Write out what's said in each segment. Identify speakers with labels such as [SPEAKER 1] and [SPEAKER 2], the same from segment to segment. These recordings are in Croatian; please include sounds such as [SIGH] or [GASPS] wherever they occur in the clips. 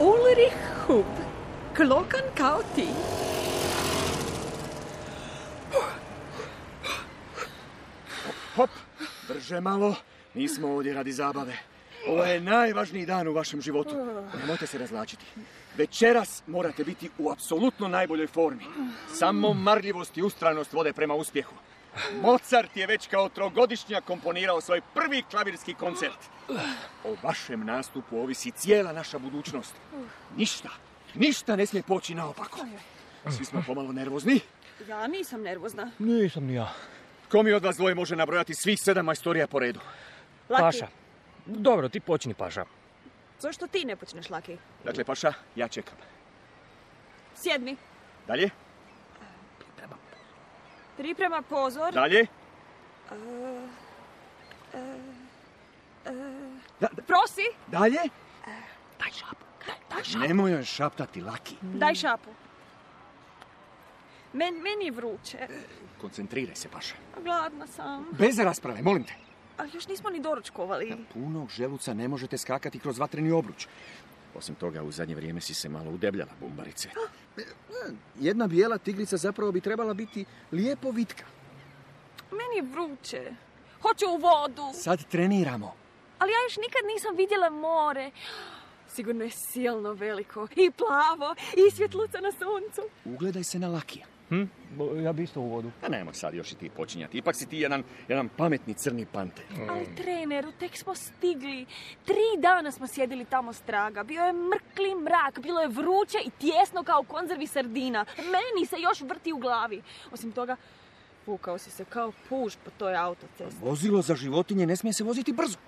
[SPEAKER 1] modrih hub, klokan kao ti.
[SPEAKER 2] Hop, drže malo, nismo ovdje radi zabave. Ovo je najvažniji dan u vašem životu. Nemojte se razlačiti. Večeras morate biti u apsolutno najboljoj formi. Samo marljivost i ustranost vode prema uspjehu. Mozart je već kao trogodišnja komponirao svoj prvi klavirski koncert. O vašem nastupu ovisi cijela naša budućnost. Ništa, ništa ne smije poći naopako. Svi smo pomalo nervozni.
[SPEAKER 1] Ja nisam nervozna.
[SPEAKER 3] Nisam ni ja.
[SPEAKER 2] Ko mi od vas dvoje može nabrojati svih sedam majstorija po redu?
[SPEAKER 1] Laki,
[SPEAKER 3] Paša. Dobro, ti počni, Paša.
[SPEAKER 1] zašto ti ne počneš, Laki?
[SPEAKER 2] Dakle, Paša, ja čekam.
[SPEAKER 1] Sjedmi.
[SPEAKER 2] Dalje,
[SPEAKER 1] Priprema pozor.
[SPEAKER 2] dalje. Da, da-
[SPEAKER 1] Prosi,
[SPEAKER 2] dalje? Daj šapu. Nemoj joj šaptati, Laki.
[SPEAKER 1] daj šapu. Men, meni je vruće.
[SPEAKER 2] Koncentriraj se, Paša.
[SPEAKER 1] Gladna sam.
[SPEAKER 2] Bez rasprave, molim te.
[SPEAKER 1] Ali još nismo ni doručkovali.
[SPEAKER 2] Punog želuca ne možete skakati kroz vatreni obruč. Osim toga, u zadnje vrijeme si se malo udebljala, bumbarice.
[SPEAKER 4] e, Jedna bijela tigrica zapravo bi trebala biti lijepo vitka.
[SPEAKER 1] Meni je vruće. Hoću u vodu.
[SPEAKER 2] Sad treniramo.
[SPEAKER 1] Ali ja još nikad nisam vidjela more. Sigurno je silno veliko. I plavo. I svjetluca na suncu.
[SPEAKER 2] Ugledaj se na Lakija.
[SPEAKER 3] Hm? Bo- Ja bi isto u vodu.
[SPEAKER 2] A nemoj sad još i ti počinjati. Ipak si ti jedan, jedan pametni crni panter.
[SPEAKER 1] Ali treneru, tek smo stigli. Tri dana smo sjedili tamo straga. Bio je mrkli mrak, bilo je vruće i tjesno kao u konzervi sardina. Meni se još vrti u glavi. Osim toga, vukao si se kao puž po toj autocesti.
[SPEAKER 4] Vozilo za životinje ne smije se voziti brzo.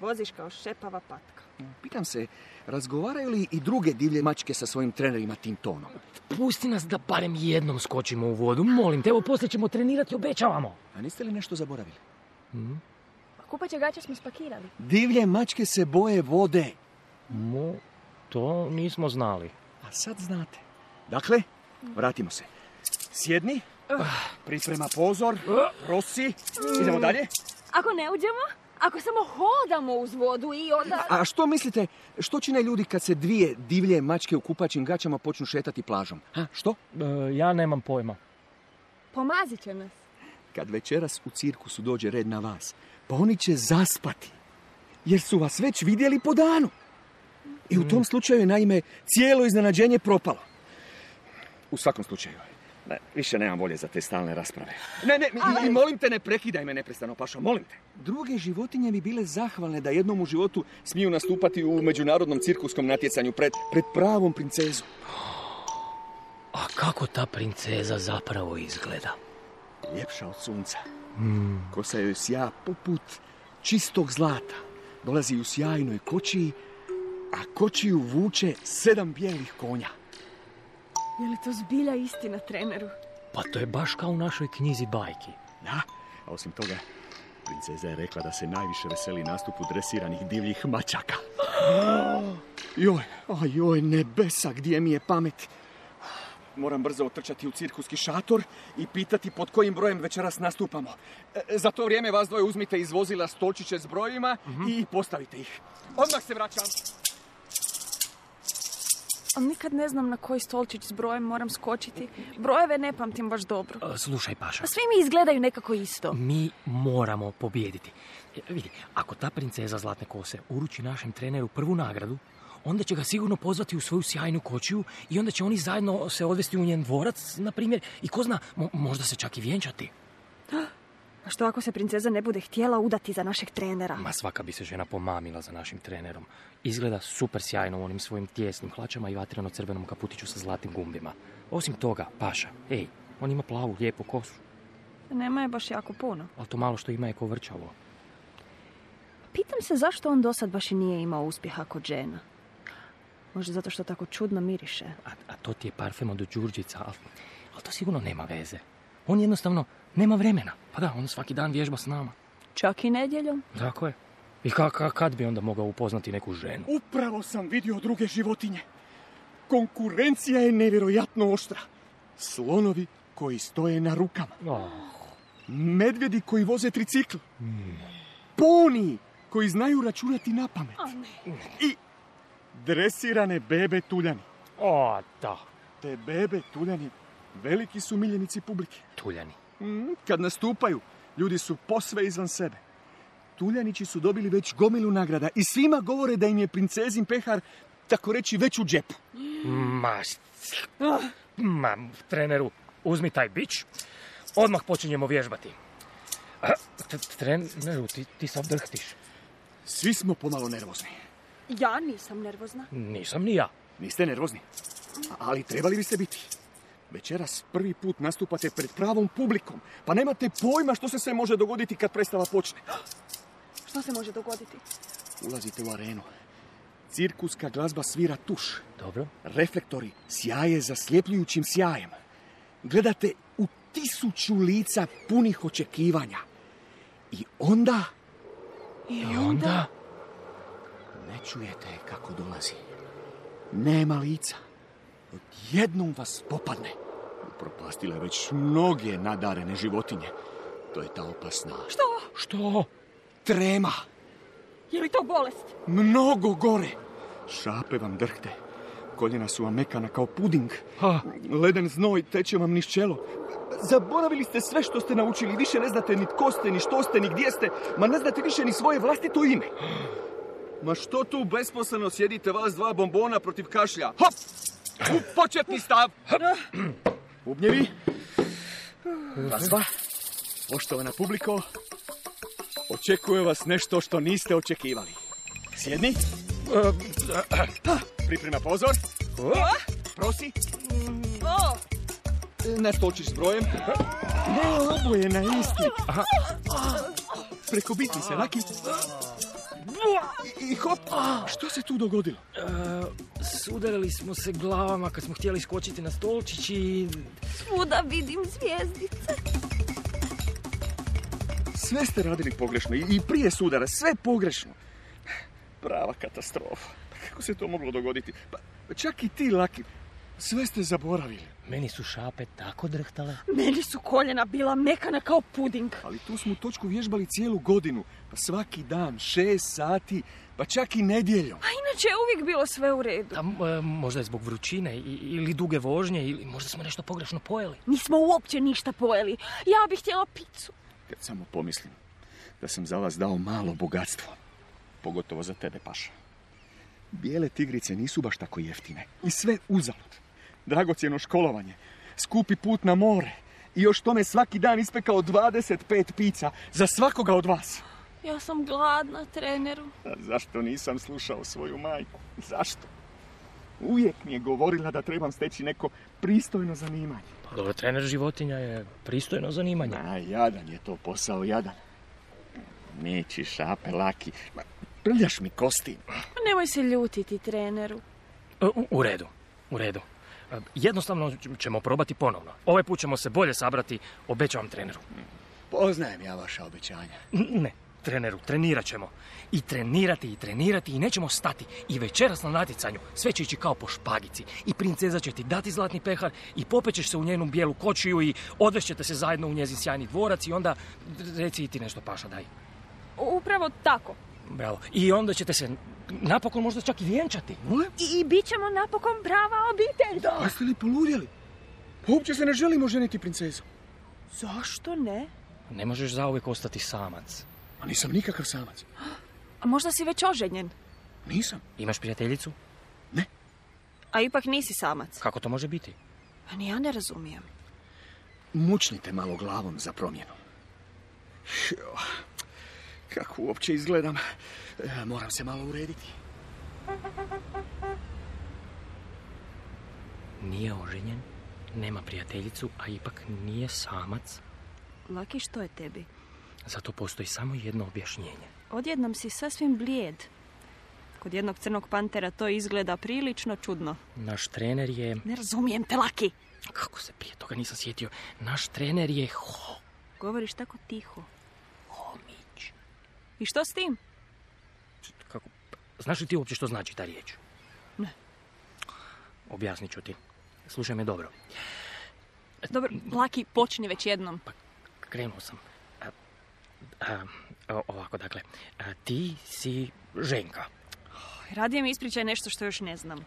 [SPEAKER 1] Voziš kao šepava patka.
[SPEAKER 4] Pitam se, razgovaraju li i druge divlje mačke sa svojim trenerima tim tonom?
[SPEAKER 5] Pusti nas da barem jednom skočimo u vodu, molim te, evo poslije ćemo trenirati, obećavamo.
[SPEAKER 4] A niste li nešto zaboravili?
[SPEAKER 3] Hm?
[SPEAKER 1] Kupaće gaće smo spakirali.
[SPEAKER 4] Divlje mačke se boje vode.
[SPEAKER 3] Mo, to nismo znali. E,
[SPEAKER 4] A sad znate. Dakle,
[SPEAKER 2] Vratimo se. Sjedni.
[SPEAKER 4] Eh.
[SPEAKER 2] Ah, Priprema pozor. Prosi. Idemo dalje.
[SPEAKER 1] Ako ne uđemo, ako samo hodamo uz vodu i onda...
[SPEAKER 4] a što mislite, što čine ljudi kad se dvije divlje mačke u kupačim gaćama počnu šetati plažom? Ha, što?
[SPEAKER 3] E, ja nemam pojma.
[SPEAKER 1] Pomazit će nas.
[SPEAKER 4] Kad večeras u cirkusu dođe red na vas, pa oni će zaspati. Jer su vas već vidjeli po danu. I
[SPEAKER 2] Mm.
[SPEAKER 4] u tom slučaju je naime cijelo iznenađenje propalo.
[SPEAKER 2] U svakom slučaju. Ne, više nemam volje za te stalne rasprave.
[SPEAKER 4] Ne, ne,
[SPEAKER 2] I, i molim te, ne prekidaj me neprestano, Pašo, molim te.
[SPEAKER 4] Druge životinje bi bile zahvalne da jednom u životu
[SPEAKER 2] Smiju nastupati u međunarodnom cirkuskom natjecanju pred, pred pravom princezom.
[SPEAKER 5] A kako ta princeza zapravo izgleda?
[SPEAKER 2] Ljepša od sunca.
[SPEAKER 4] kosa joj sja poput čistog zlata. Dolazi u sjajnoj kočiji, a kočiju vuče sedam bijelih konja.
[SPEAKER 1] Je li to zbilja istina, treneru?
[SPEAKER 5] Pa to je baš kao u našoj knjizi bajki. E,
[SPEAKER 2] Da, a osim toga, princeza je rekla da se najviše veseli nastupu dresiranih divljih [GASPS] mačaka.
[SPEAKER 4] Joj, a joj, nebesa, gdje mi je pamet?
[SPEAKER 2] Moram brzo otrčati u cirkuski šator i pitati pod kojim brojem večeras nastupamo. E, za to vrijeme vas dvoje uzmite iz vozila stolčiće s brojima i postavite ih. Odmah se vraćam.
[SPEAKER 1] Ali nikad ne znam na koji stolčić s brojem moram skočiti. Brojeve ne pamtim baš dobro.
[SPEAKER 5] A, Slušaj, Paša,
[SPEAKER 1] Pa svi mi izgledaju nekako isto.
[SPEAKER 5] mi moramo pobijediti. E, Vidi, ako ta princeza Zlatne kose uruči našem treneru prvu nagradu, onda će ga sigurno pozvati u svoju sjajnu kočiju i onda će oni zajedno se odvesti u njen dvorac, na primjer, i ko zna, mo- možda se čak i vjenčati.
[SPEAKER 1] A što ako se princeza ne bude htjela udati za našeg trenera?
[SPEAKER 5] Ma svaka bi se žena pomamila za našim trenerom. Izgleda super sjajno u onim svojim tjesnim hlačama i vatreno crvenom kaputiću sa zlatnim gumbima. Osim toga, Paša, ej, on ima plavu, lijepu kosu,
[SPEAKER 1] Nema je baš jako puno.
[SPEAKER 5] ali to malo što ima je kovrčavo.
[SPEAKER 1] Pitam se zašto on dosad baš i nije imao uspjeha kod žena. Možda zato što tako čudno miriše.
[SPEAKER 5] A, a to ti je parfem od Đurđica, ali, ali to sigurno nema veze. On jednostavno nema vremena. Pa da, on svaki dan vježba s nama.
[SPEAKER 1] Čak i nedjeljom.
[SPEAKER 5] Tako je. I ka, ka- kad bi onda mogao upoznati neku ženu?
[SPEAKER 2] Upravo sam vidio druge životinje. Konkurencija je nevjerojatno oštra. Slonovi koji stoje na rukama.
[SPEAKER 5] Oh,
[SPEAKER 2] Medvjedi koji voze tricikl. Poni koji znaju računati na pamet. I dresirane bebe tuljani.
[SPEAKER 3] O, da.
[SPEAKER 2] Te bebe tuljani veliki su miljenici publike.
[SPEAKER 5] Tuljani.
[SPEAKER 2] Mm, Kad nastupaju, ljudi su posve izvan sebe. Tuljanići su dobili već gomilu nagrada i svima govore da im je princezin pehar, tako reći, već u džepu.
[SPEAKER 5] Ma, s- ma, treneru, uzmi taj bić. Odmah počinjemo vježbati. A, t- Treneru, ti, ti sad drhtiš.
[SPEAKER 2] Svi smo pomalo nervozni.
[SPEAKER 1] Ja nisam nervozna.
[SPEAKER 5] Nisam ni ja.
[SPEAKER 2] Niste nervozni, a- ali trebali biste biti. Večeras prvi put nastupate pred pravom publikom, pa nemate pojma što se sve može dogoditi kad predstava počne.
[SPEAKER 1] Što se može dogoditi?
[SPEAKER 2] Ulazite u arenu. Cirkuska glazba svira tuš.
[SPEAKER 5] Dobro.
[SPEAKER 2] Reflektori sjaje zasljepljujućim sjajem. Gledate u tisuću lica punih očekivanja. I onda
[SPEAKER 1] I
[SPEAKER 5] I onda?
[SPEAKER 2] ne čujete je kako dolazi. Nema lica. Odjednom vas popadne. Propastila je već mnoge nadarene životinje. To je ta opasna
[SPEAKER 1] Što?
[SPEAKER 5] Što?
[SPEAKER 2] trema.
[SPEAKER 1] Je li to bolest?
[SPEAKER 2] Mnogo gore. Šape vam drhte. Koljena su vam mekana kao puding.
[SPEAKER 5] Ha.
[SPEAKER 2] Leden znoj teče vam niz čelo. Zaboravili ste sve što ste naučili. Više ne znate ni tko ste, ni što ste, ni gdje ste. Ma ne znate više ni svoje vlastito ime.
[SPEAKER 4] Ma što tu besposleno sjedite vas dva bombona protiv kašlja? Hop! U početni stav!
[SPEAKER 2] Bubnjevi. Glazba. Poštovana publiko. Očekuje vas nešto što niste očekivali. Sjedni.
[SPEAKER 5] e,
[SPEAKER 2] Ha, Priprema pozor. Prosi.
[SPEAKER 1] O,
[SPEAKER 4] Ne stočiš s brojem.
[SPEAKER 2] Ne, oboje na isti. Preko biti se, Laki. I, i hop. Što se tu dogodilo?
[SPEAKER 5] Sudarili smo se glavama kad smo htjeli skočiti na stolčić i...
[SPEAKER 1] svuda vidim zvijezdice.
[SPEAKER 2] Sve ste radili pogrešno i, i prije sudara, sve pogrešno. Prava katastrofa. Pa Kako se to moglo dogoditi? Pa, čak i ti, Laki, sve ste zaboravili.
[SPEAKER 5] Meni su šape tako drhtale.
[SPEAKER 1] Meni su koljena bila mekana kao puding.
[SPEAKER 2] Ali tu smo točku vježbali cijelu godinu, pa svaki dan, šest sati, pa čak i nedjeljom.
[SPEAKER 1] A inače je uvijek bilo sve u redu.
[SPEAKER 5] Da, m- e, možda je zbog vrućine i- ili duge vožnje ili možda smo nešto pogrešno pojeli.
[SPEAKER 1] Nismo uopće ništa pojeli. Ja bih htjela picu.
[SPEAKER 2] Kad samo pomislim da sam za vas dao malo bogatstvo, pogotovo za tebe, Paša. Bijele tigrice nisu baš tako jeftine. I sve uzalud. Dragocjeno školovanje, skupi put na more i još tome svaki dan ispekao 25 pica za svakoga od vas.
[SPEAKER 1] Ja sam gladna, treneru.
[SPEAKER 2] A zašto nisam slušao svoju majku? Zašto? Uvijek mi je govorila da trebam steći neko pristojno zanimanje.
[SPEAKER 5] Pa dobro, trener životinja je pristojno zanimanje.
[SPEAKER 2] A, jadan je to posao, jadan. Neći šape, laki. Ma, Prljaš mi kosti.
[SPEAKER 1] Pa Nemoj se ljutiti, treneru.
[SPEAKER 5] E, U, u redu, u redu. E, Jednostavno ć- ćemo probati ponovno. Ovaj put ćemo se bolje sabrati, obećavam treneru.
[SPEAKER 2] Poznajem ja vaša obećanja.
[SPEAKER 5] N- Ne, treneru, trenirat ćemo. I trenirati, i trenirati, i nećemo stati. I večeras na natjecanju sve će ići kao po špagici. I princeza će ti dati zlatni pehar, i popećeš se u njenu bijelu kočiju, i odvešćete se zajedno u njezin sjajni dvorac, i onda reci i ti nešto, Paša, daj.
[SPEAKER 1] Upravo tako.
[SPEAKER 5] Bravo. I onda ćete se napokon možda čak i vjenčati.
[SPEAKER 1] I, i bit ćemo napokon prava obitelj.
[SPEAKER 2] Pa ste li poludjeli? Pa Uopće se ne želimo ženiti princezu.
[SPEAKER 1] Zašto ne?
[SPEAKER 5] Ne možeš zauvijek ostati samac.
[SPEAKER 2] A nisam nikakav samac.
[SPEAKER 1] A možda si već oženjen.
[SPEAKER 2] Nisam.
[SPEAKER 5] Imaš prijateljicu?
[SPEAKER 1] A ipak nisi samac.
[SPEAKER 5] Kako to može biti?
[SPEAKER 1] Pa ni ja ne razumijem.
[SPEAKER 2] Mučnite malo glavom za promjenu. Jo, Kako uopće izgledam? E, Moram se malo urediti.
[SPEAKER 5] Nije oženjen, nema prijateljicu, a ipak nije samac.
[SPEAKER 1] Laki, što je tebi?
[SPEAKER 5] Zato postoji samo jedno objašnjenje.
[SPEAKER 1] Odjednom si sasvim blijed. Kod jednog crnog pantera to izgleda prilično čudno.
[SPEAKER 5] Naš trener je...
[SPEAKER 1] Ne razumijem te, Laki.
[SPEAKER 5] Kako se prije toga nisam sjetio? Naš trener je ho...
[SPEAKER 1] Govoriš tako tiho.
[SPEAKER 5] Homić.
[SPEAKER 1] I što s tim?
[SPEAKER 5] Kako... Znaš li ti uopće što znači ta riječ?
[SPEAKER 1] Ne.
[SPEAKER 5] Objasnit ću ti. Slušaj me dobro.
[SPEAKER 1] Dobro, Laki, počni već jednom.
[SPEAKER 5] Krenuo sam. A, a, o- ovako, dakle, a, ti si ženka.
[SPEAKER 1] Radije mi ispričaj nešto što još ne znam.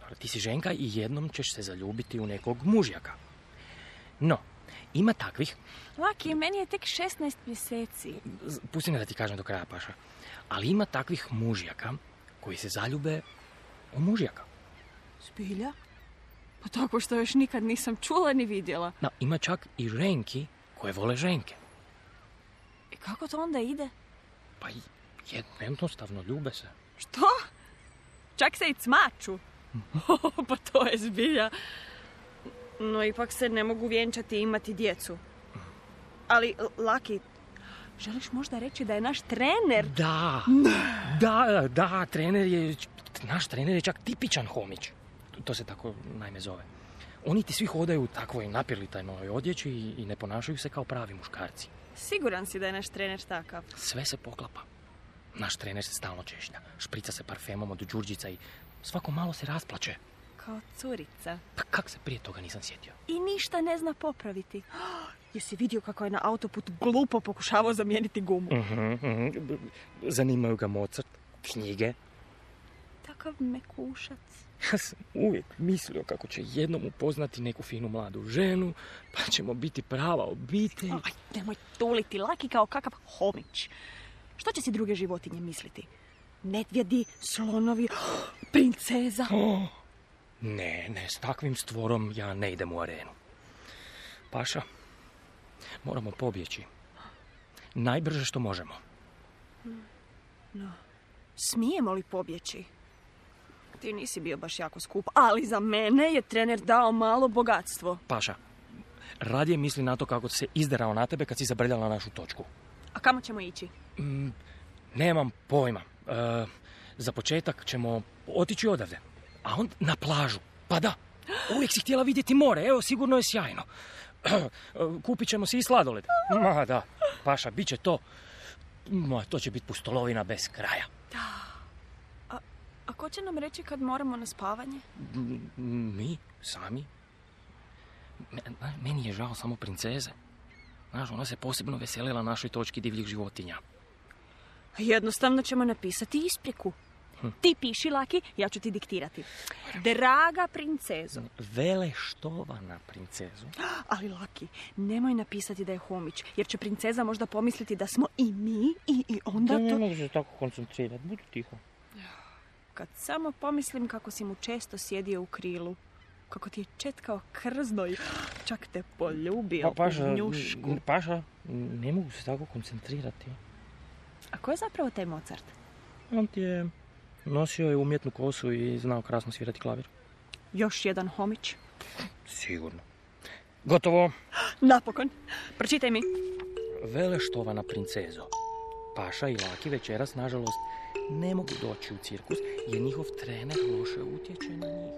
[SPEAKER 5] Dobro, Ti si ženka i jednom ćeš se zaljubiti u nekog mužjaka. No, ima takvih,
[SPEAKER 1] Laki, meni je tek 16 mjeseci.
[SPEAKER 5] z- pusti me da ti kažem do kraja paša, ali ima takvih mužjaka koji se zaljube u mužjaka.
[SPEAKER 1] Zbilja? Pa tako što još nikad nisam čula ni vidjela.
[SPEAKER 5] No, ima čak i ženki koje vole ženke.
[SPEAKER 1] I kako to onda ide?
[SPEAKER 5] Pa i- jed- jednostavno ljube se.
[SPEAKER 1] Što? Čak se i cmaču. [LAUGHS] pa to je zbilja. No ipak se ne mogu vjenčati i imati djecu. Ali, L- Laki, želiš možda reći da je naš trener
[SPEAKER 5] Da, da, da, trener je, naš trener je čak tipičan homić. To se tako najme zove. Oni ti svi hodaju u takvoj napirlitajnoj odjeći i, i ne ponašaju se kao pravi muškarci.
[SPEAKER 1] Siguran si da je naš trener takav.
[SPEAKER 5] Sve se poklapa. Naš trener se stalno češlja, šprica se parfemom od Đurđica i svako malo se rasplače.
[SPEAKER 1] Kao curica.
[SPEAKER 5] Pa kak se prije toga nisam sjetio?
[SPEAKER 1] I ništa ne zna popraviti. [GASPS] Jesi vidio kako je na autoput glupo pokušavao zamijeniti gumu?
[SPEAKER 5] Mhm, Zanimaju ga Mozart, knjige.
[SPEAKER 1] Takav mekušac.
[SPEAKER 5] Ja sam uvijek mislio kako će jednom upoznati neku finu mladu ženu, pa ćemo biti prava obitelj.
[SPEAKER 1] Aj, nemoj tuliti, laki kao kakav homić. Što će si druge životinje misliti? Medvjedi, slonovi, [GASPS] princeza.
[SPEAKER 5] Oh. Ne, ne, s takvim stvorom ja ne idem u arenu. Paša, moramo pobjeći. Najbrže što možemo.
[SPEAKER 1] Smijemo li pobjeći? Ti nisi bio baš jako skup, ali za mene je trener dao malo bogatstvo.
[SPEAKER 5] Paša, radije misli na to kako se izderao na tebe kad si zabrljala našu točku.
[SPEAKER 1] A kamo ćemo ići?
[SPEAKER 5] Mm, Nemam pojma. E, za početak ćemo otići odavde, a onda na plažu. Pa da, uvijek si htjela vidjeti more, evo sigurno je sjajno. E, Kupit ćemo si i sladoled. Ma da, Paša, bit će to, ma, to će biti pustolovina bez kraja.
[SPEAKER 1] A ko će nam reći kad moramo na spavanje?
[SPEAKER 5] M- Mi? Sami? Me- na- Meni je žao samo princeze. Znaš, ona se posebno veselila našoj točki divljih životinja.
[SPEAKER 1] Jednostavno ćemo napisati ispriku. Ti piši, Laki, ja ću ti diktirati. Draga princezo,
[SPEAKER 5] Veleštovana princezu.
[SPEAKER 1] ali Laki, nemoj napisati da je homić, jer će princeza možda pomisliti da smo i mi i, i onda to...
[SPEAKER 5] mogu se tako koncentrirati, budi tiho.
[SPEAKER 1] Kad samo pomislim kako si mu često sjedio u krilu, kako ti je četkao krzno i čak te poljubio u njušku.
[SPEAKER 5] Pa, paša, ne mogu se tako koncentrirati.
[SPEAKER 1] A ko je zapravo taj Mozart?
[SPEAKER 5] On ti je nosio je umjetnu kosu i znao krasno svirati klavir.
[SPEAKER 1] Još jedan homić.
[SPEAKER 5] Sigurno. Gotovo.
[SPEAKER 1] Napokon, pročitaj mi.
[SPEAKER 5] Veleštovana princezo. Paša i Laki večeras, nažalost, ne mogu doći u cirkus jer njihov trener loše utječe na njih.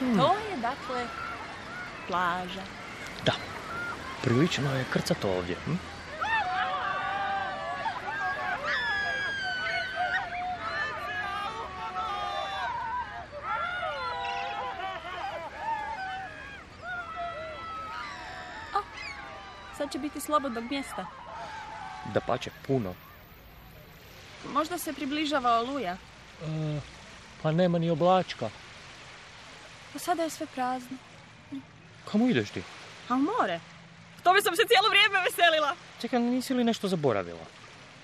[SPEAKER 1] To je, dakle, plaža.
[SPEAKER 5] Da, prilično je krcato ovdje. Hm?
[SPEAKER 1] Sad će biti slobodnog mjesta.
[SPEAKER 5] Da pače puno.
[SPEAKER 1] Možda se približava oluja.
[SPEAKER 5] Pa nema ni oblačka.
[SPEAKER 1] A sada je sve prazno.
[SPEAKER 5] Kamo ideš ti?
[SPEAKER 1] A u more? Tome sam se cijelo vrijeme veselila.
[SPEAKER 5] Čekaj, nisi li nešto zaboravila?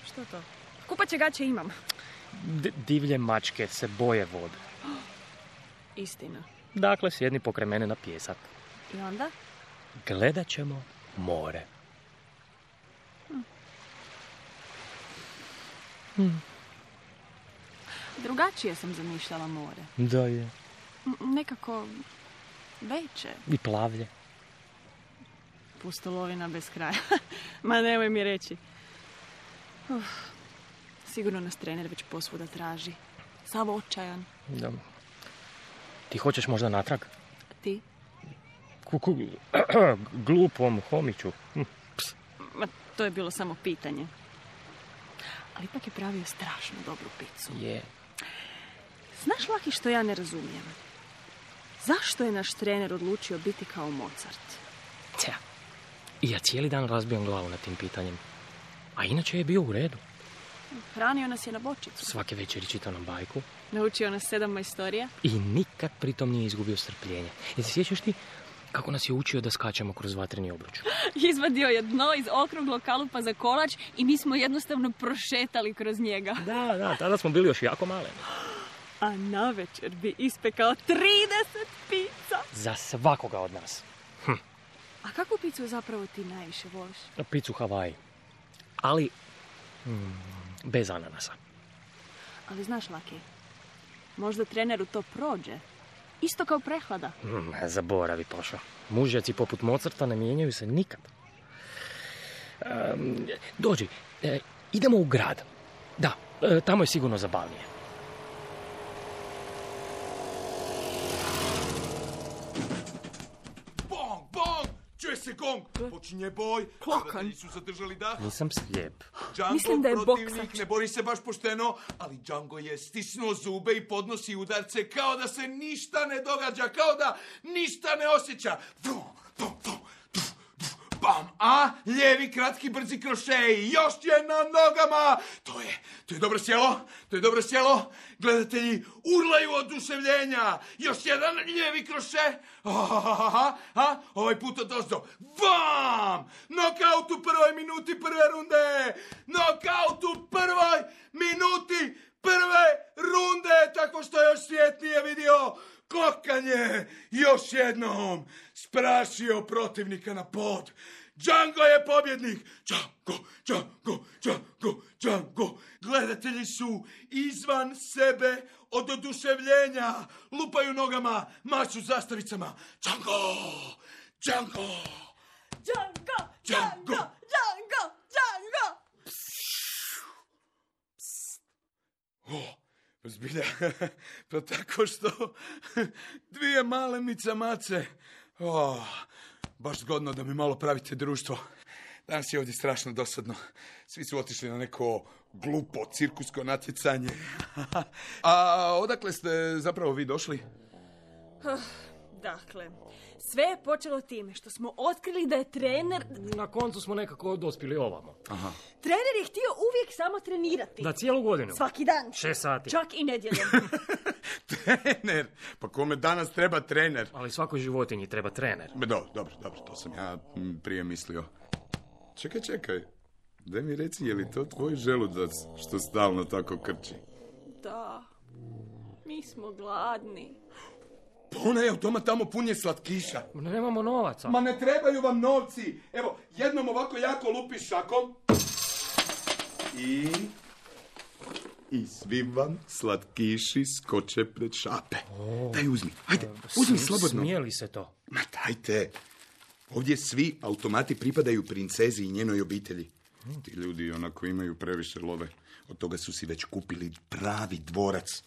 [SPEAKER 1] Što to? Kupaće gaće imam.
[SPEAKER 5] D- divlje mačke se boje vode.
[SPEAKER 1] Istina.
[SPEAKER 5] Dakle, sjedni pokraj mene na pjesak.
[SPEAKER 1] I onda?
[SPEAKER 5] Gledat ćemo more.
[SPEAKER 1] Drugačije sam zamišljala more.
[SPEAKER 5] Da je.
[SPEAKER 1] N- nekako veće.
[SPEAKER 5] I plavlje.
[SPEAKER 1] Pustolovina bez kraja. [LAUGHS] Ma nemoj mi reći. Uf. Sigurno nas trener već posvuda traži. Sav očajan.
[SPEAKER 5] Da. Ti hoćeš možda natrag?
[SPEAKER 1] A ti?
[SPEAKER 5] Kuku, [CLEARS THROAT] glupom homiću. Hm,
[SPEAKER 1] Ma, to je bilo samo pitanje. Ali ipak je pravio strašno dobru picu.
[SPEAKER 5] Je.
[SPEAKER 1] Znaš, Laki, što ja ne razumijem? Zašto je naš trener odlučio biti kao Mozart?
[SPEAKER 5] Cia. I ja cijeli dan razbijam glavu na tim pitanjem. A inače je bio u redu.
[SPEAKER 1] Hranio nas je na bočicu.
[SPEAKER 5] Svake večeri čitao nam bajku
[SPEAKER 1] Naučio nas sedam majstorija. [LAUGHS]
[SPEAKER 5] i nikad pritom nije izgubio strpljenje. Jel se sjećaš ti kako nas je učio da skačemo kroz vatreni obruč?
[SPEAKER 1] Izvadio je dno iz okruglog kalupa za kolač i mi smo jednostavno prošetali kroz njega.
[SPEAKER 5] Da, da, tada smo bili još jako male.
[SPEAKER 1] A navečer bi ispekao 30 pizza.
[SPEAKER 5] Za svakoga od nas.
[SPEAKER 1] A kakvu picu zapravo ti najviše voliš?
[SPEAKER 5] Picu Havaj. Ali mm, bez ananasa.
[SPEAKER 1] Ali znaš, Laki, možda treneru to prođe. Isto kao prehlada.
[SPEAKER 5] Mm, zaboravi, Paša. Mužjaci poput Mozarta ne mijenjaju se nikad. Em, dođi, e, idemo u grad. Da, e, tamo je sigurno zabavnije.
[SPEAKER 6] Bong, bong! Čuje se gong! Počinje boj! Ravnatelji su zadržali dah.
[SPEAKER 5] Nisam slijep.
[SPEAKER 6] Django
[SPEAKER 1] Mislim da je
[SPEAKER 6] protivnik
[SPEAKER 1] boksač.
[SPEAKER 6] ne bori se baš pošteno, ali Django je stisnuo zube i podnosi udarce kao da se ništa ne događa, kao da ništa ne osjeća. Vrum, vrum, vrum, vrum, vrum, Bam, a lijevi kratki brzi krošej, još je na nogama. To je, to je dobro sjelo, to je dobro sjelo. Gledatelji urlaju od oduševljenja. Još jedan lijevi kroše. Ahahaha, a, ovaj put od ozdo. Vam! Nokaut u prvoj minuti prve runde. Nokaut u prvoj minuti prve runde. Tako što još svijet nije vidio. Kokanje još jednom sprašio protivnika na pod. Django je pobjednik! Django, Django, Django, Django! Gledatelji su izvan sebe od oduševljenja. Lupaju nogama, mašu zastavicama. Django! Django!
[SPEAKER 1] Django!
[SPEAKER 6] Django!
[SPEAKER 1] Django! Django!
[SPEAKER 6] O, pa zbilja, [LAUGHS] pa tako što [LAUGHS] dvije male micamace. O, baš zgodno da mi malo pravite društvo. Danas je ovdje strašno dosadno. Svi su otišli na neko glupo cirkusko [LAUGHS] natjecanje. A odakle ste zapravo vi došli?
[SPEAKER 1] Dakle, sve je počelo time što smo otkrili da je trener...
[SPEAKER 5] Na koncu smo nekako dospjeli ovamo.
[SPEAKER 1] Trener je htio uvijek samo trenirati.
[SPEAKER 5] Da cijelu godinu.
[SPEAKER 1] Svaki dan.
[SPEAKER 5] Šest sati.
[SPEAKER 1] Čak i nedjeljom.
[SPEAKER 6] [LAUGHS]
[SPEAKER 1] [LAUGHS]
[SPEAKER 6] Trener! Pa kome danas treba trener?
[SPEAKER 5] Ali svakoj životinji treba trener.
[SPEAKER 6] Ma Dobro, dobro, dobro, to sam ja mm, prije mislio. Čekaj, čekaj. Daj mi reci, je li to tvoj želudac što stalno tako krči?
[SPEAKER 1] da, mi smo gladni.
[SPEAKER 6] Pa onaj automat tamo pun je slatkiša.
[SPEAKER 5] Nemamo novaca.
[SPEAKER 6] Ma ne trebaju vam novci. Evo, jednom ovako jako lupiš šakom. I... I svi vam slatkiši skoče pred šape. Daj uzmi, ajde, uzmi slobodno.
[SPEAKER 5] Smijeli se to.
[SPEAKER 6] Ma dajte, ovdje svi automati pripadaju princezi i njenoj obitelji. Ti ljudi onako imaju previše love. Od toga su si već kupili pravi dvorac. [LAUGHS]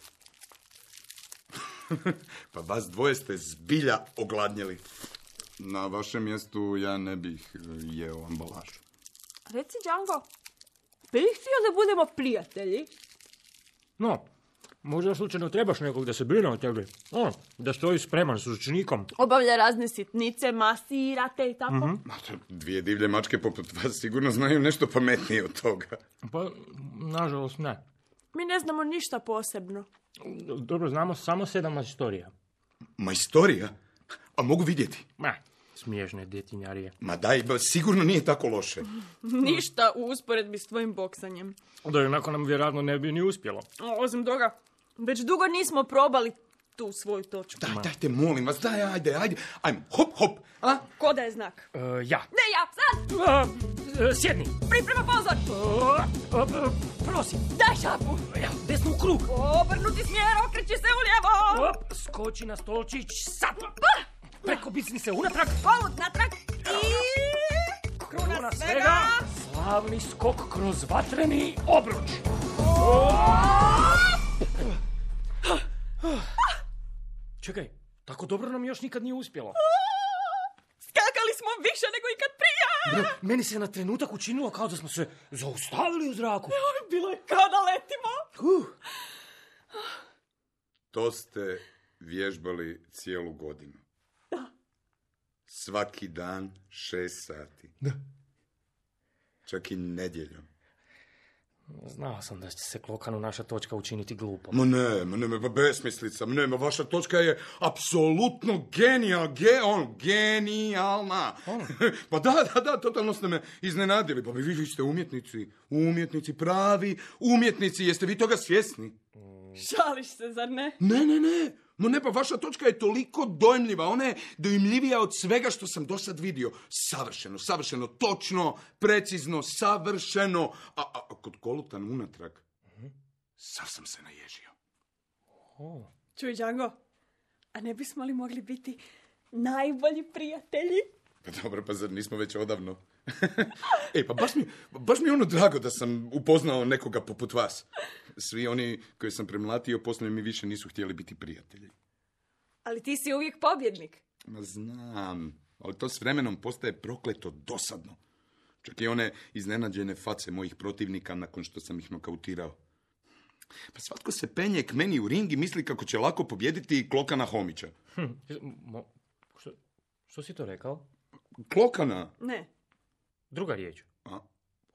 [SPEAKER 6] pa vas dvoje ste zbilja ogladnjeli. Na vašem mjestu ja ne bih e, jeo ambalažu.
[SPEAKER 1] Reci, Django, bi htio da budemo prijatelji?
[SPEAKER 7] No, možda slučajno trebaš nekog da se brine o tebi. O, da stoji spreman s učenikom.
[SPEAKER 1] Obavlja razne sitnice, masirate i tako.
[SPEAKER 6] Ma, to dvije divlje mačke poput vas sigurno znaju nešto pametnije od toga.
[SPEAKER 7] Pa, nažalost ne.
[SPEAKER 1] Mi ne znamo ništa posebno.
[SPEAKER 7] Dobro, znamo samo sedam istorija.
[SPEAKER 6] Majstorija? A mogu vidjeti.
[SPEAKER 7] Ma, smiješne djetinjarije.
[SPEAKER 6] Ma daj, ba, sigurno nije tako loše.
[SPEAKER 1] Mhm. Ništa u usporedbi s tvojim boksanjem.
[SPEAKER 7] Da onako nam vjerojatno ne bi ni uspjelo.
[SPEAKER 1] O, Osim toga, već dugo nismo probali tu svoju točku.
[SPEAKER 6] Daj, dajte, molim vas, daj, ajde, ajde, ajmo, hop, hop, a?
[SPEAKER 1] Ko da je znak?
[SPEAKER 5] E, ja.
[SPEAKER 1] Ne ja, sad!
[SPEAKER 5] A, e, sjedni.
[SPEAKER 1] Priprema pozor!
[SPEAKER 5] A, a,
[SPEAKER 7] e,
[SPEAKER 5] a, prosim.
[SPEAKER 1] Daj šapu!
[SPEAKER 5] Evo, desno u krug.
[SPEAKER 1] Obrnuti smjer, okreći se u lijevo!
[SPEAKER 5] Op, skoči na stolčić, sad. Preko biznise unatrag.
[SPEAKER 1] Polut natrag i... Kruna svega!
[SPEAKER 5] Slavni skok kroz vatreni obruč. Čekaj, tako dobro nam još nikad nije uspjelo.
[SPEAKER 1] Skakali smo više nego ikad prije!
[SPEAKER 5] Meni se na trenutak učinilo kao da smo se zaustavili u zraku.
[SPEAKER 1] Bilo je kao da letimo!
[SPEAKER 6] To ste vježbali cijelu godinu. Svaki dan šest sati. Čak i nedjeljom.
[SPEAKER 5] Znao sam da će se klokanu naša točka učiniti glupom.
[SPEAKER 6] Ma ne, ma ne, ma besmislica, ma ne, ma vaša točka je apsolutno genijal, ge, on, genijalna. [LAUGHS] pa da, da, da, totalno ste me iznenadili. Pa vi, vi ste umjetnici, umjetnici pravi, umjetnici, jeste vi toga svjesni?
[SPEAKER 1] Šališ se, zar ne?
[SPEAKER 6] Ne, ne, ne. Ma ne, pa vaša točka je toliko dojmljiva. Ona je dojmljivija od svega što sam do sad vidio. Savršeno, savršeno, točno, precizno, savršeno. A, a, a kod kolutan unatrag, sav sam se naježio.
[SPEAKER 1] Čuj, Django, a ne bismo li mogli biti najbolji prijatelji?
[SPEAKER 6] Pa dobro, pa zar nismo već odavno? [LAUGHS] e, pa baš mi, baš mi je ono drago da sam upoznao nekoga poput vas. Svi oni koje sam premlatio poslije mi više nisu htjeli biti prijatelji.
[SPEAKER 1] Ali ti si uvijek pobjednik.
[SPEAKER 6] Ma znam, ali to s vremenom postaje prokleto dosadno. Čak i one iznenađene face mojih protivnika nakon što sam ih nokautirao. Pa svatko se penje k meni u ring i misli kako će lako pobjediti Klokana Homića.
[SPEAKER 5] Hm, Mo- što, što si to rekao?
[SPEAKER 6] Klokana?
[SPEAKER 1] Ne,
[SPEAKER 5] Druga riječ.
[SPEAKER 6] A,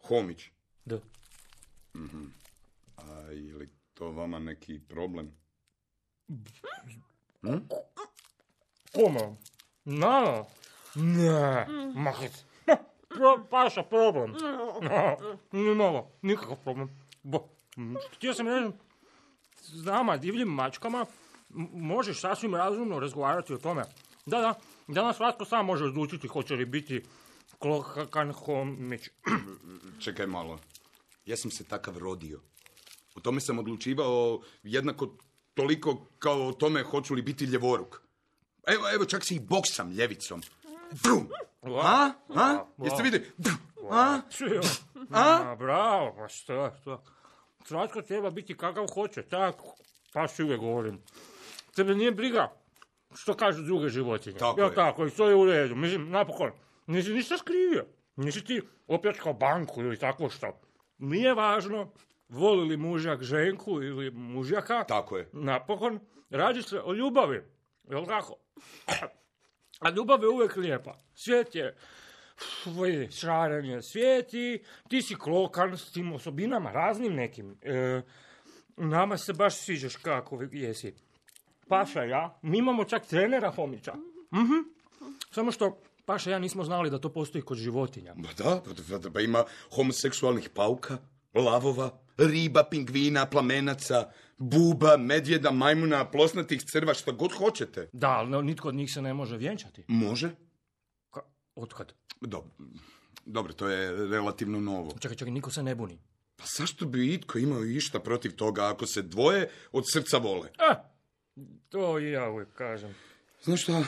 [SPEAKER 6] Homić.
[SPEAKER 5] Da.
[SPEAKER 6] A je li to vama neki problem?
[SPEAKER 3] Koma? Nama? Ne. Mahic. Ha, Pro, paša, problem.
[SPEAKER 1] Mm.
[SPEAKER 3] Ne, Nimalo, nikakav problem. Bo, m, htio sam reći, s nama, divljim mačkama, m- možeš sasvim razumno razgovarati o tome. Da, da, danas svatko sam može odlučiti hoće li biti Klokakan Homić.
[SPEAKER 6] Čekaj malo. Ja sam se takav rodio. O tome sam odlučivao jednako toliko kao o tome hoću li biti ljevoruk. Evo, evo, čak se i boksam ljevicom. Vrum! A? A? Jeste vidjeli? Vrum! A?
[SPEAKER 3] Čujo. [LAUGHS]
[SPEAKER 6] A?
[SPEAKER 3] Ma, bravo, pa što, što. Svatko treba biti kakav hoće, tako. Pa si uvijek govorim. Tebe nije briga što kažu druge životinje.
[SPEAKER 6] Tako
[SPEAKER 3] Jel
[SPEAKER 6] je.
[SPEAKER 3] tako, i to je u redu. Mislim, napokon, nisi ništa skrivio. Nisi ti opljačkao banku ili tako što. Nije važno voli li mužjak ženku ili mužjaka.
[SPEAKER 6] Tako je.
[SPEAKER 3] Napokon, radi se o ljubavi. Jel tako? A ljubav je uvijek lijepa. Svijet je vidi, šaren je svijet i ti si klokan s tim osobinama, raznim nekim. E, nama se baš sviđaš kako jesi. Paša i ja, mi imamo čak trenera Homića. Mhm. Samo što Paša i ja nismo znali da to postoji kod životinja.
[SPEAKER 6] Ba da, pa, pa, pa ima homoseksualnih pauka, lavova, riba, pingvina, plamenaca, buba, medvjeda, majmuna, plosnatih crva, šta god hoćete.
[SPEAKER 5] Da, ali no, nitko od njih se ne može vjenčati.
[SPEAKER 6] Može?
[SPEAKER 5] Ka, otkad?
[SPEAKER 6] Dobro, dobro, to je relativno novo.
[SPEAKER 5] Čekaj, čekaj, nitko se ne buni.
[SPEAKER 6] Pa zašto bi itko imao išta protiv toga ako se dvoje od srca vole?
[SPEAKER 3] E, to i ja uvijek kažem.
[SPEAKER 6] Znaš šta,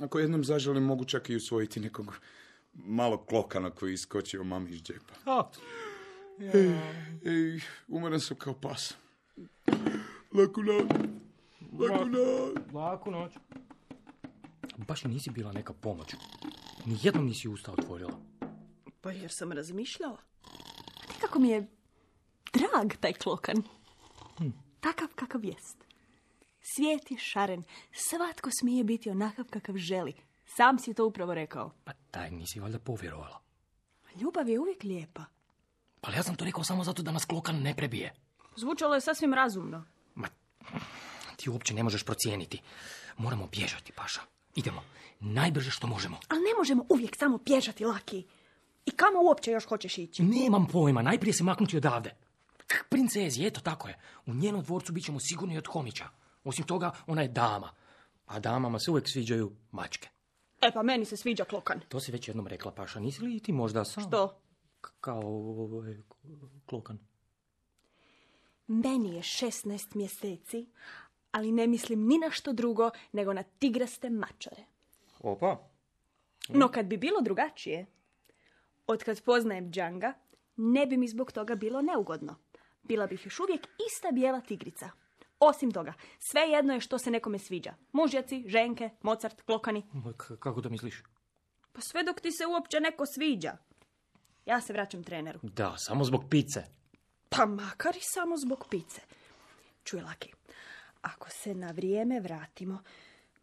[SPEAKER 6] ako jednom zaželim mogu čak i usvojiti nekog malog klokana koji je iskočio mami iz džepa.
[SPEAKER 5] A,
[SPEAKER 6] Ej, umoran sam kao pas. Laku noć, laku noć.
[SPEAKER 3] Laku noć.
[SPEAKER 5] baš nisi bila neka pomoć. Nijednom nisi usta otvorila.
[SPEAKER 1] Pa jer sam razmišljala. Ti kako mi je drag taj klokan. Takav kakav jest. Svijet je šaren. Svatko smije biti onakav kakav želi. Sam si to upravo rekao.
[SPEAKER 5] Pa taj nisi valjda povjerovala.
[SPEAKER 1] Ljubav je uvijek lijepa.
[SPEAKER 5] Pa ali ja sam to rekao samo zato da nas klokan ne prebije.
[SPEAKER 1] Zvučalo je sasvim razumno.
[SPEAKER 5] Ma, ti uopće ne možeš procijeniti. Moramo bježati, Paša. Idemo. Najbrže što možemo.
[SPEAKER 1] Ali ne možemo uvijek samo pježati laki. I kamo uopće još hoćeš ići?
[SPEAKER 5] Nemam pojma, najprije se maknuti odavde. K princezi, eto tako je. U njenom dvorcu bit ćemo sigurni od homića. Osim toga, ona je dama. A damama se uvijek sviđaju mačke.
[SPEAKER 1] E pa meni se sviđa klokan.
[SPEAKER 5] To si već jednom rekla, Paša. Nisi li i ti možda sam?
[SPEAKER 1] To.
[SPEAKER 5] K- Kao ovaj, klokan.
[SPEAKER 1] Meni je 16 mjeseci, ali ne mislim ni na što drugo nego na tigraste mačare.
[SPEAKER 3] Opa.
[SPEAKER 1] No kad bi bilo drugačije, otkad poznajem Džanga, ne bi mi zbog toga bilo neugodno. Bila bih još uvijek ista bijela tigrica. Osim toga, sve jedno je što se nekome sviđa. Mužjaci, ženke, Mozart, klokani.
[SPEAKER 5] Ma, k- Kako to misliš?
[SPEAKER 1] Pa sve dok ti se uopće neko sviđa. Ja se vraćam treneru.
[SPEAKER 5] Da, samo zbog pice.
[SPEAKER 1] Pa makar i samo zbog pice. Čuj, Laki, ako se se na vrijeme vratimo.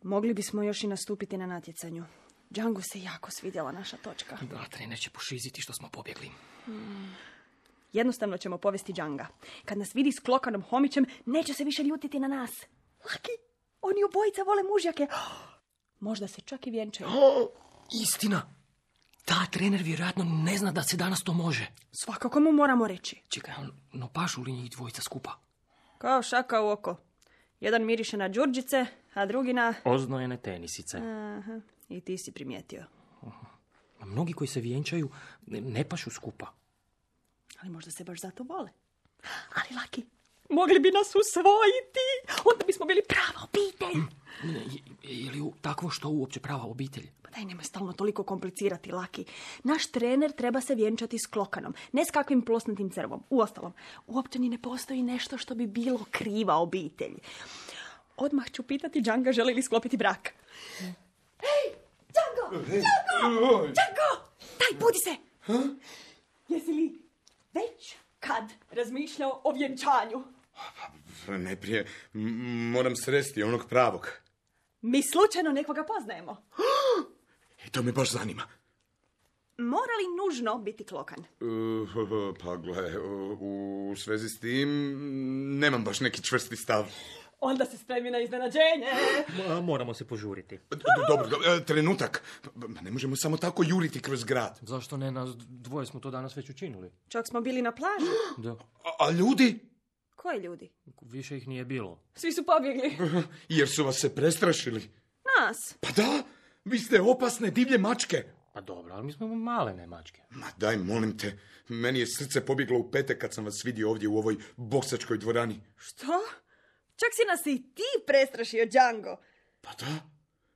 [SPEAKER 1] Mogli bismo još i nastupiti na natjecanju. Django se jako svidjela naša točka.
[SPEAKER 5] Da, trener će pošiziti što smo pobjegli.
[SPEAKER 1] Jednostavno ćemo povesti Džanga. Kad nas vidi s klokanom homićem, neće se više ljutiti na nas. Laki, oni obojica vole mužjake. [GASPS] Možda se čak i vjenčaju.
[SPEAKER 5] Istina! Ta trener vjerojatno ne zna da se danas to može.
[SPEAKER 1] Svakako mu moramo reći.
[SPEAKER 5] Čekaj, on- no pašu li njih dvojica skupa?
[SPEAKER 1] Kao šaka u oko. Jedan miriše na đurđice, a drugi na...
[SPEAKER 5] Oznojene tenisice.
[SPEAKER 1] Aha, i ti si primijetio.
[SPEAKER 5] A Mnogi koji se vjenčaju ne- ne pašu skupa.
[SPEAKER 1] Ali možda se baš zato vole. Ali Laki, mogli bi nas usvojiti. Onda bismo bili prava obitelj.
[SPEAKER 5] Ne, je- Je li u- takvo što uopće prava obitelj?
[SPEAKER 1] Pa daj, nemoj stalno toliko komplicirati, Laki. Naš trener treba se vjenčati s klokanom, ne s kakvim plosnatim crvom. Uostalom, uopće ni ne postoji nešto što bi bilo kriva obitelj. Odmah ću pitati Džanga želi li sklopiti brak. Ej, Django! Django! Django! Daj, budi se! Jesi li već kad razmišljao o vjenčanju?
[SPEAKER 6] Najprije m- moram sresti onog pravog.
[SPEAKER 1] Mi slučajno nekoga poznajemo.
[SPEAKER 6] I E, to me baš zanima.
[SPEAKER 1] Mora li nužno biti klokan?
[SPEAKER 6] E, [LAUGHS] Pa gle, u svezi s tim nemam baš neki čvrsti stav.
[SPEAKER 1] Onda se spremi na iznenađenje.
[SPEAKER 5] Moramo se požuriti.
[SPEAKER 6] D- Dobro, dobro, e, trenutak. Ma Ne možemo samo tako juriti kroz grad.
[SPEAKER 5] Zašto ne? Nas dvoje smo to danas već učinili.
[SPEAKER 1] Čak smo bili na plaži.
[SPEAKER 5] Da.
[SPEAKER 6] A- A ljudi?
[SPEAKER 1] Koji ljudi?
[SPEAKER 5] Više ih nije bilo.
[SPEAKER 1] Svi su pobjegli.
[SPEAKER 6] Jer su vas se prestrašili.
[SPEAKER 1] Nas.
[SPEAKER 6] Pa da, vi ste opasne divlje mačke.
[SPEAKER 5] Pa dobro, ali mi smo male ne mačke.
[SPEAKER 6] Ma daj, molim te, meni je srce pobjeglo u pete kad sam vas vidio ovdje u ovoj boksačkoj dvorani.
[SPEAKER 1] Što? Čak si nas i ti prestrašio, Django.
[SPEAKER 6] Pa da,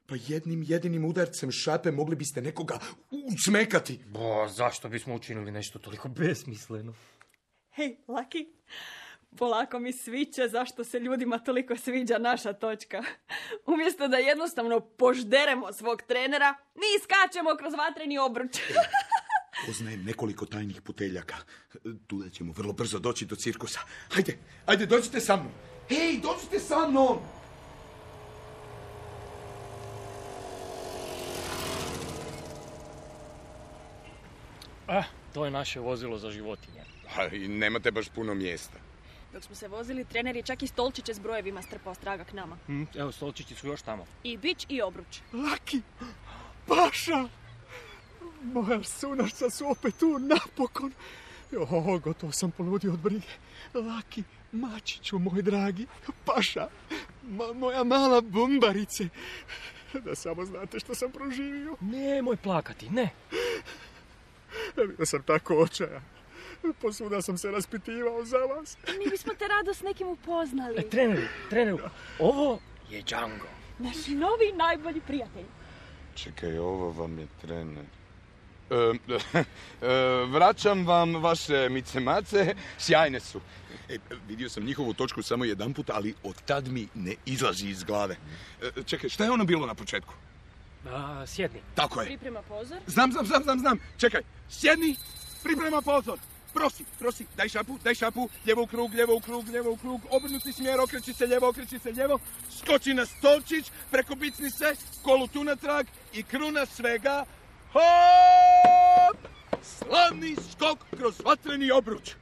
[SPEAKER 6] pa jednim jedinim udarcem šape mogli biste nekoga učmekati.
[SPEAKER 5] Bo, zašto bismo učinili nešto toliko besmisleno?
[SPEAKER 1] Hej, Laki, polako mi sviće zašto se ljudima toliko sviđa naša točka. Umjesto da jednostavno požderemo svog trenera, mi iskačemo kroz vatreni obruč.
[SPEAKER 6] Poznajem nekoliko tajnih puteljaka. Tu da ćemo vrlo brzo doći do cirkusa. Hajde, hajde, dođite sa mnom. Hej, dođite sa mnom!
[SPEAKER 5] Ah, to je naše vozilo za životinje.
[SPEAKER 6] Pa, i nemate baš puno mjesta.
[SPEAKER 1] Dok smo se vozili, trener je čak i stolčiće s brojevima strpao straga k nama.
[SPEAKER 5] Hm, evo, stolčići su još tamo.
[SPEAKER 1] I bić i obruč.
[SPEAKER 4] Laki, paša, moja sunašca su opet tu, napokon. O, gotovo sam poludio od brige. Laki, mačiću, moj dragi, paša, ma- moja mala bumbarice. Da samo znate što sam proživio.
[SPEAKER 5] Nemoj plakati, ne.
[SPEAKER 4] Bio sam tako očajan. Posvuda sam se raspitivao za vas.
[SPEAKER 1] Mi bismo te rado s nekim upoznali.
[SPEAKER 5] Treneru, treneru, ovo je Django.
[SPEAKER 1] Naš novi najbolji prijatelj.
[SPEAKER 6] Čekaj, ovo vam je trener. E, [LAUGHS] vraćam vam vaše micemace, sjajne su. E, vidio sam njihovu točku samo jedan put, ali od tad mi ne izlazi iz glave. E, čekaj, šta je ono bilo na početku?
[SPEAKER 5] A, sjedni.
[SPEAKER 6] Tako je.
[SPEAKER 1] Priprema pozor.
[SPEAKER 6] Znam, znam, znam, znam, znam. Čekaj, sjedni, priprema pozor. Prosi, prosi, daj šapu, daj šapu, lijevo u krug, lijevo u krug, lijevo u krug, obrnuti smjer, okreći se lijevo, okreći se lijevo, skoči na stolčić, prekobicni se, kolu tu natrag i kruna svega, hop! Slavni skok kroz vatreni obruč.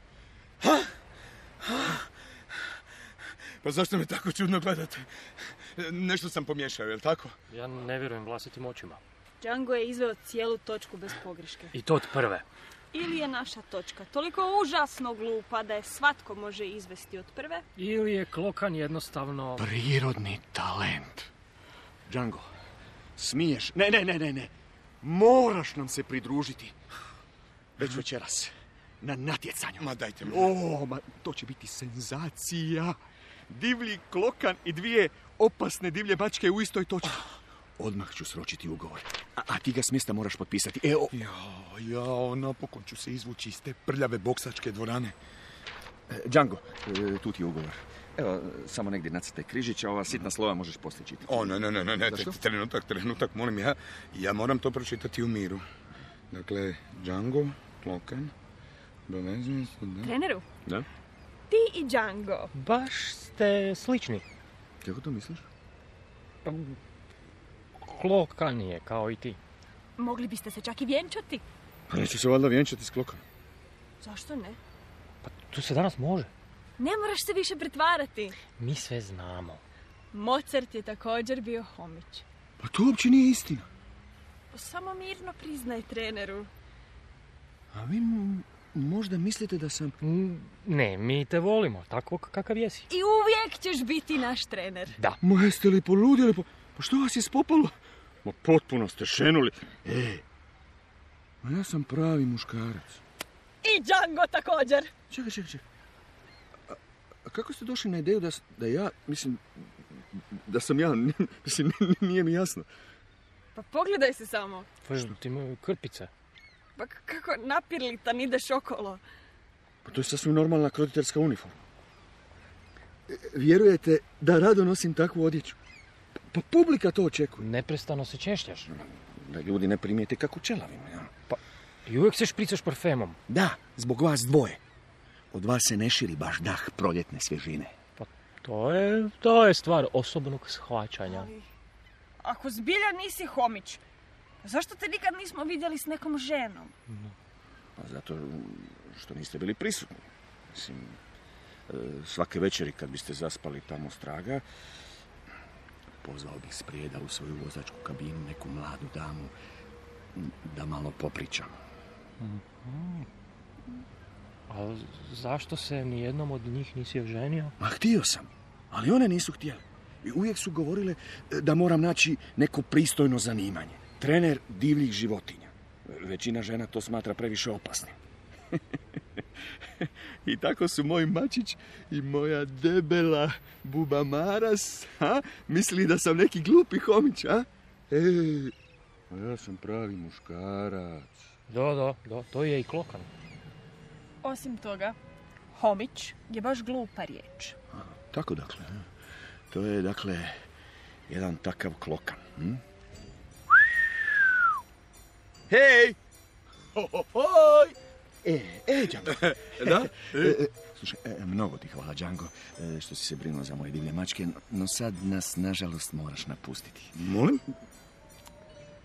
[SPEAKER 6] Ha? Ha? Pa zašto me tako čudno gledate? Nešto sam pomiješao, jel tako?
[SPEAKER 5] Ja ne vjerujem vlastitim očima.
[SPEAKER 1] Django je izveo cijelu točku bez pogreške.
[SPEAKER 5] I to od prve.
[SPEAKER 1] Ili je naša točka toliko užasno glupa da je svatko može izvesti od prve?
[SPEAKER 5] Ili je klokan jednostavno...
[SPEAKER 2] Prirodni talent. Django, smiješ. Ne, ne, ne, ne, ne. Moraš nam se pridružiti. Već večeras. Na natjecanju.
[SPEAKER 6] Ma dajte mi.
[SPEAKER 2] O, ma to će biti senzacija. Divlji klokan i dvije opasne divlje mačke u istoj točki. Odmah ću sročiti ugovor. A, a ti ga s mjesta moraš potpisati. E, o-
[SPEAKER 6] Jao, jao, napokon ću se izvući iz te prljave boksačke dvorane.
[SPEAKER 8] E, Django, e, tu ti je ugovor. Evo, e, samo negdje nacrtaj križić, a ova sitna slova možeš poslije čitati.
[SPEAKER 6] O, ne, ne, ne, ne, ne, trenutak, trenutak, molim, ja, ja moram to pročitati u miru. Dakle, Django, Klokan, dovezujem se, da.
[SPEAKER 1] Treneru?
[SPEAKER 8] Da?
[SPEAKER 1] Ti i Django.
[SPEAKER 5] Baš ste slični.
[SPEAKER 8] Kako to misliš?
[SPEAKER 5] Pa, Klokan je, kao i ti.
[SPEAKER 1] Mogli biste se čak i vjenčati.
[SPEAKER 8] Pa neću se valjda vjenčati s klokom.
[SPEAKER 1] Zašto ne?
[SPEAKER 5] Pa tu se danas može.
[SPEAKER 1] Ne moraš se više pretvarati.
[SPEAKER 5] Mi sve znamo.
[SPEAKER 1] Mozart je također bio homić.
[SPEAKER 8] Pa to uopće nije istina.
[SPEAKER 1] Samo mirno priznaj treneru.
[SPEAKER 8] A vi m- možda mislite da sam...
[SPEAKER 5] N- Ne, mi te volimo, tako k- kakav jesi.
[SPEAKER 1] I uvijek ćeš biti naš trener.
[SPEAKER 8] Ma jeste li poludjeli? Pa, pa što vas je spopalo? Ma potpuno ste šenuli. E, ma ja sam pravi muškarac.
[SPEAKER 1] I Django također.
[SPEAKER 8] Čekaj, čekaj, čekaj. A- A kako ste došli na ideju da, s- da ja, mislim, da sam ja, [LAUGHS] mislim, nije mi jasno.
[SPEAKER 1] Pa pogledaj se samo.
[SPEAKER 5] Fždu ti imaju krpice.
[SPEAKER 1] Pa k- kako napirlitan ideš okolo.
[SPEAKER 8] Pa to je sasvim normalna krotiteljska uniforma. E, Vjerujete da rado nosim takvu odjeću? Pa- Pa publika to očekuje.
[SPEAKER 5] Neprestano se češljaš.
[SPEAKER 8] Da ljudi ne primijete kako čelavim, ja.
[SPEAKER 5] I uvijek se špricaš parfemom.
[SPEAKER 2] Da, zbog vas dvoje. Od vas se ne širi baš dah proljetne svježine.
[SPEAKER 5] To je, to je stvar osobnog shvaćanja.
[SPEAKER 1] Ali, ako zbilja nisi homić, zašto te nikad nismo vidjeli s nekom ženom?
[SPEAKER 8] Pa zato što niste bili prisutni. Mislim, e, svake večeri kad biste zaspali tamo straga,
[SPEAKER 2] Pozvao bih sprijeda u svoju vozačku kabinu neku mladu damu m, da malo popričam.
[SPEAKER 5] A zašto se nijednom od njih nisi oženio?
[SPEAKER 2] Ma htio sam, ali one nisu htjele. I uvijek su govorile e, da moram naći neko pristojno zanimanje. Trener divljih životinja.
[SPEAKER 8] e, većina žena to smatra previše opasnim. [LAUGHS] I tako su moj mačić i moja debela Buba Maras, ha? Misli da sam neki glupi homić, a? E, a ja sam pravi muškarac.
[SPEAKER 5] Da, da, da, to je i klokan.
[SPEAKER 1] Osim toga, homić je baš glupa riječ.
[SPEAKER 8] Tako dakle, a? to je dakle jedan takav klokan. Hm? Hej!
[SPEAKER 2] E, e, Django.
[SPEAKER 6] Da?
[SPEAKER 2] Slušaj, e, mnogo ti hvala, Django, e, što si se brinuo za moje divlje mačke, no sad nas, nažalost, moraš napustiti.
[SPEAKER 6] Molim?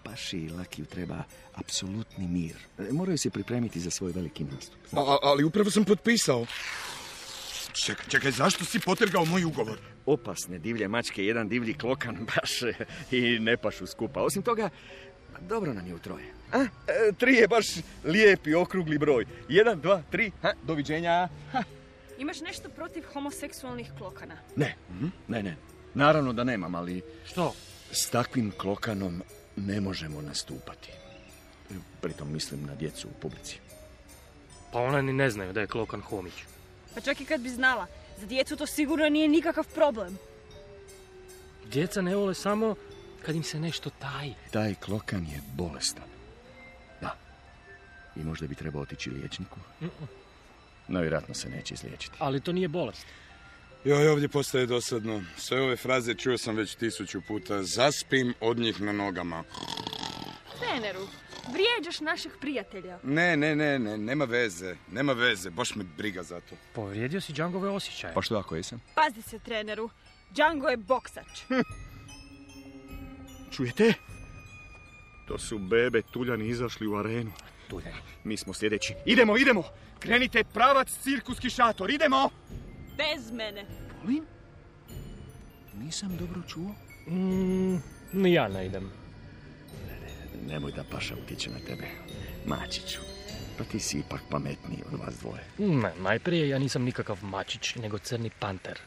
[SPEAKER 2] Paši i Lakiju treba apsolutni mir. E, Moraju se pripremiti za svoj veliki nastup.
[SPEAKER 6] A- a- ali upravo sam potpisao. Čekaj, čekaj, zašto si potrgao moj ugovor?
[SPEAKER 2] opasne divlje mačke, jedan divlji klokan [LAUGHS] baš e, i ne pašu skupa. Osim toga, ma, dobro nam je u troje.
[SPEAKER 8] A, e, tri je baš lijepi, okrugli broj. Jedan, dva, tri, ha, doviđenja.
[SPEAKER 1] Imaš nešto protiv homoseksualnih klokana?
[SPEAKER 2] Ne, mhm, ne, ne. Naravno da nemam, ali
[SPEAKER 5] Što?
[SPEAKER 2] s takvim klokanom ne možemo nastupati. Pritom mislim na djecu u publici.
[SPEAKER 5] Pa one ni ne znaju da je klokan homić.
[SPEAKER 1] Pa čak i kad bi znala, za djecu to sigurno nije nikakav problem.
[SPEAKER 5] Djeca ne vole samo kad im se nešto taji.
[SPEAKER 2] Taj klokan je bolestan. Da. I možda bi trebao otići liječniku. No, vjerojatno se neće izliječiti.
[SPEAKER 5] Ali to nije bolest.
[SPEAKER 6] Joj, ovdje postaje dosadno. Sve ove fraze čuo sam već tisuću puta. Zaspim od njih na nogama.
[SPEAKER 1] Treneru, vrijeđaš naših prijatelja.
[SPEAKER 6] Ne, ne, ne, ne, nema veze. Nema veze, baš me briga za to.
[SPEAKER 5] Povrijedio si Džangove osjećaje.
[SPEAKER 8] Pa što ako jesam?
[SPEAKER 1] Pazi se, treneru. Django je boksač.
[SPEAKER 2] Čujete? To su bebe tuljani izašli u arenu.
[SPEAKER 5] Tuljani.
[SPEAKER 2] Mi smo sljedeći. Idemo, idemo! Krenite pravac cirkuski šator, idemo!
[SPEAKER 1] Bez mene.
[SPEAKER 2] Molim? Nisam dobro čuo.
[SPEAKER 5] Mm, ni ja ne idem.
[SPEAKER 2] Nemoj da paša utječe na tebe, mačiću. Pa ti si ipak pametniji od vas dvoje.
[SPEAKER 5] Ne, najprije ja nisam nikakav mačić, nego crni panter.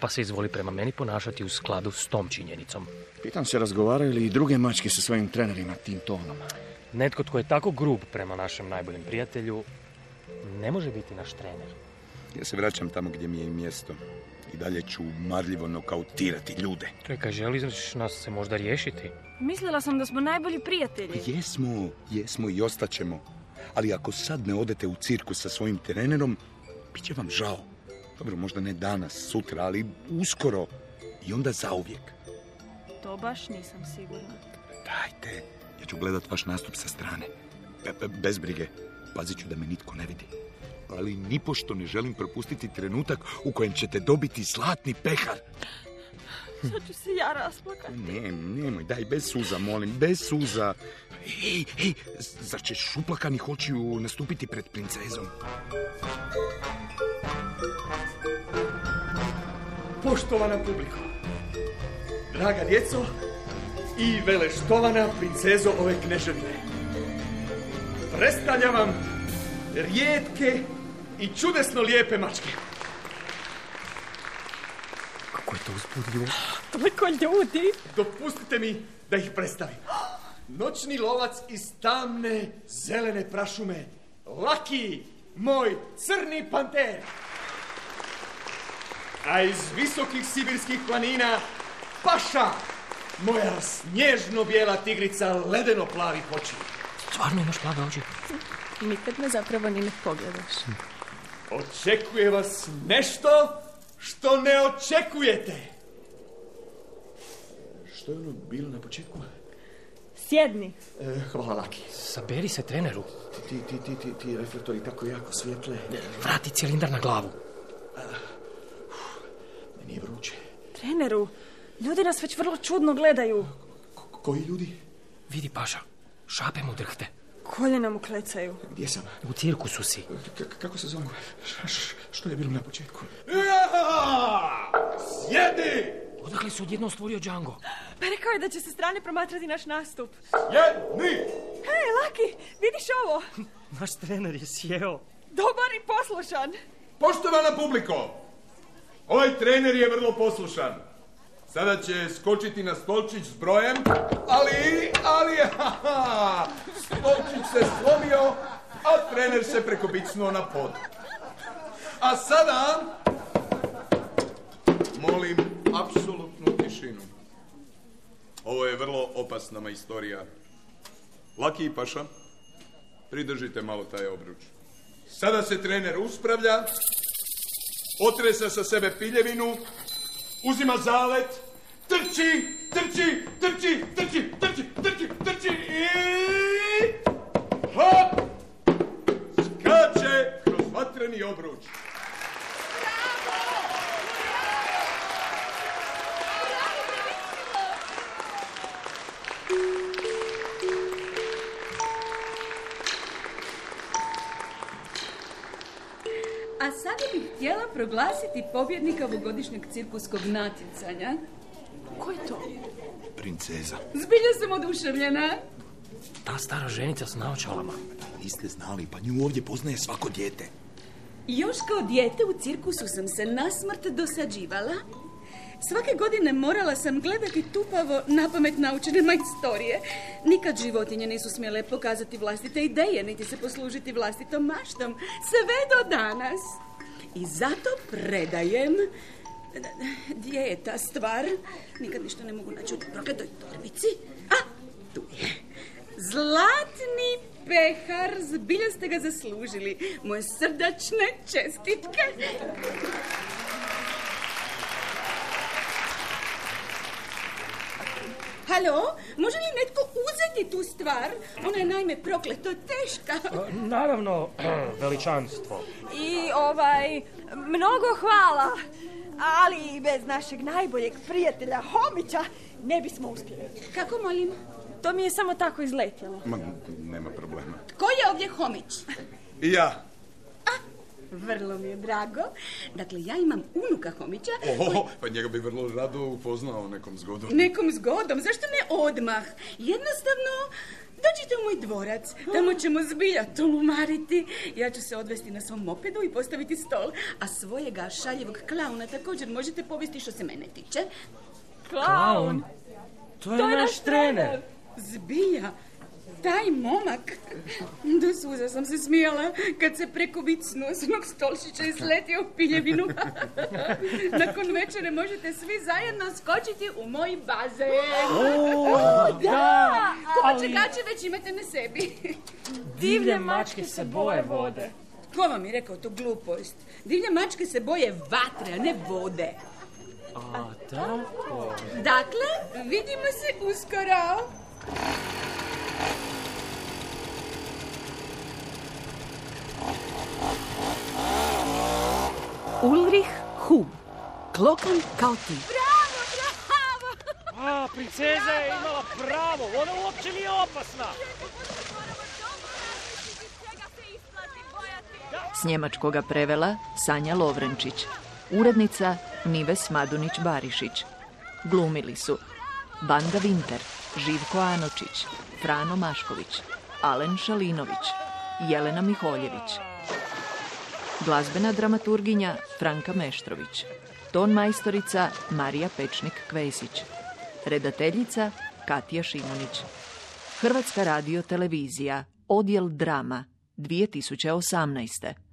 [SPEAKER 5] Pa se izvoli prema meni ponašati u skladu s tom činjenicom.
[SPEAKER 2] Pitam se razgovaraju li i druge mačke sa svojim trenerima tim tonom.
[SPEAKER 5] Netko tko je tako grub prema našem najboljem prijatelju ne može biti naš trener.
[SPEAKER 6] Ja se vraćam tamo gdje mi je i mjesto. I dalje ću marljivo nokautirati ljude.
[SPEAKER 5] Čekaj, želiš nas se možda riješiti?
[SPEAKER 1] Mislila sam da smo najbolji prijatelji.
[SPEAKER 6] Jesmo, jesmo i ostaćemo. Ali ako sad ne odete u cirkus sa svojim trenerom, bit će vam žao. Dobro, možda ne danas, sutra, ali uskoro. I onda zauvijek.
[SPEAKER 1] To baš nisam sigurna.
[SPEAKER 6] Dajte, ja ću gledat vaš nastup sa strane. Be- be- bez brige, pazit ću da me nitko ne vidi. Ali nipošto ne želim propustiti trenutak u kojem ćete dobiti zlatni pehar.
[SPEAKER 1] Sad ću se ja rasplakat.
[SPEAKER 6] Ne, nemoj, daj, bez suza, molim, bez suza. Ej, ej, zar će šupakani hoću nastupiti pred princezom?
[SPEAKER 2] Poštovana publiko, draga djeco i veleštovana princezo ove kneževine. Predstavljam vam rijetke i čudesno lijepe mačke.
[SPEAKER 5] Kako je to uzbudljivo?
[SPEAKER 1] Toliko ljudi.
[SPEAKER 2] Dopustite mi da ih predstavim. Noćni lovac iz tamne zelene prašume, Laki, moj crni panter. A iz visokih sibirskih planina, Paša, moja snježno-bijela tigrica ledeno-plavih oči.
[SPEAKER 5] Stvarno imaš plave oči?
[SPEAKER 1] Nikad me zapravo ni ne pogledaš.
[SPEAKER 2] Očekuje vas nešto što ne očekujete. Što je ono bilo na početku?
[SPEAKER 1] Sjedni.
[SPEAKER 2] E, hvala, Laki.
[SPEAKER 5] Saberi se treneru.
[SPEAKER 2] Ti, ti, ti, ti, ti reflektori tako jako svijetle.
[SPEAKER 5] Vrati cilindar na glavu.
[SPEAKER 2] Meni je vruće.
[SPEAKER 1] Treneru, ljudi nas već vrlo čudno gledaju.
[SPEAKER 2] Ko- Koji ljudi?
[SPEAKER 5] Vidi paša, šape mu drhte.
[SPEAKER 1] Koljena mu klecaju.
[SPEAKER 2] Gdje sam?
[SPEAKER 5] U cirkusu si.
[SPEAKER 2] K- k- kako se zove? Š- š- što je bilo na početku?
[SPEAKER 9] Sjedi!
[SPEAKER 5] Odakle se odjednom stvorio Django?
[SPEAKER 1] Pa rekao je da će se strane promatrati naš nastup.
[SPEAKER 9] Jedni!
[SPEAKER 1] Hej, Laki, vidiš ovo?
[SPEAKER 5] Naš trener je sjeo.
[SPEAKER 1] Dobar i poslušan.
[SPEAKER 9] Poštovana publiko, ovaj trener je vrlo poslušan. Sada će skočiti na stolčić s brojem, ali, ali, [LAUGHS] ha, ha, stolčić se slomio, a trener se prekobicnuo na pod. A sada, molim, apsolutnu tišinu. Ovo je vrlo opasna majstorija. Laki i paša, pridržite malo taj obruč. Sada se trener uspravlja, otresa sa sebe piljevinu, uzima zalet, trči, trči, trči, trči, trči, trči, trči i... Hop! Skače kroz vatreni obruč.
[SPEAKER 10] A sada bih htjela proglasiti pobjednika ovogodišnjeg cirkuskog natjecanja.
[SPEAKER 1] Ko je to?
[SPEAKER 9] Princeza,
[SPEAKER 10] Zbilja sam oduševljena.
[SPEAKER 5] Ta stara ženica s naočalama.
[SPEAKER 9] niste znali, pa nju ovdje poznaje svako dijete.
[SPEAKER 10] Još kao dijete u cirkusu sam se nasmrt dosađivala. Svake godine morala sam gledati tupavo napamet naučene majstorije. Nikad životinje nisu smjele pokazati vlastite ideje, niti se poslužiti vlastitom maštom. Sve do danas. I zato predajem... Gdje je ta stvar? Nikad ništa ne mogu naći u prokletoj torbici. A, tu je. Zlatni pehar, zbilja ste ga zaslužili. Moje srdačne čestitke. Halo, može li netko uzeti tu stvar? Ona je naime prokleto teška.
[SPEAKER 5] Naravno, [CLEARS THROAT] veličanstvo.
[SPEAKER 1] I ovaj, mnogo hvala. Ali i bez našeg najboljeg prijatelja Homića ne bismo uspjeli.
[SPEAKER 10] Kako molim?
[SPEAKER 1] To mi je samo tako izletjelo.
[SPEAKER 6] Ma, nema problema.
[SPEAKER 10] Ko je ovdje homić?
[SPEAKER 9] I ja.
[SPEAKER 10] Vrlo mi je drago. Dakle, ja imam unuka homića.
[SPEAKER 6] Oho, pa njega bi vrlo rado upoznao nekom zgodom.
[SPEAKER 10] Nekom zgodom, zašto ne odmah? Jednostavno, dođite u moj dvorac. Tamo ćemo zbilja tulumariti. Ja ću se odvesti na svom mopedu i postaviti stol. A svojega šaljevog klauna također možete povesti što se mene tiče.
[SPEAKER 1] Klaun!
[SPEAKER 5] To je,
[SPEAKER 1] To je naš trener!
[SPEAKER 10] Zbilja, taj momak. [LAUGHS] Do suza sam se smijala kad se preko snosnog stolčića izletio u piljevinu. [LAUGHS] Nakon večere možete svi zajedno skočiti u moj bazen. [LAUGHS]
[SPEAKER 5] Da!
[SPEAKER 10] Kovačekače već imate na sebi. [LAUGHS]
[SPEAKER 1] Divlje mačke se boje vode.
[SPEAKER 10] Ko vam je rekao tu glupost? Divlje mačke se boje vatre, a ne vode.
[SPEAKER 5] A tako.
[SPEAKER 10] Dakle, vidimo se uskoro.
[SPEAKER 11] Ulrich Hub. Klokan kao ti.
[SPEAKER 10] Bravo, bravo!
[SPEAKER 11] princeza je imala pravo, ona uopće nije opasna.
[SPEAKER 12] S njemačkoga prevela Sanja Lovrenčić. Urednica Nives Madunić-Barišić. Glumili su Banda Vinter, Živko Anočić, Frano Mašković, Alen Šalinović, Jelena Miholjević. Glazbena dramaturginja Franka Meštrović. Ton majstorica Marija Pečnik-Kvesić. Redateljica Katija Šimunić. Hrvatska radio televizija, odjel drama, 2018.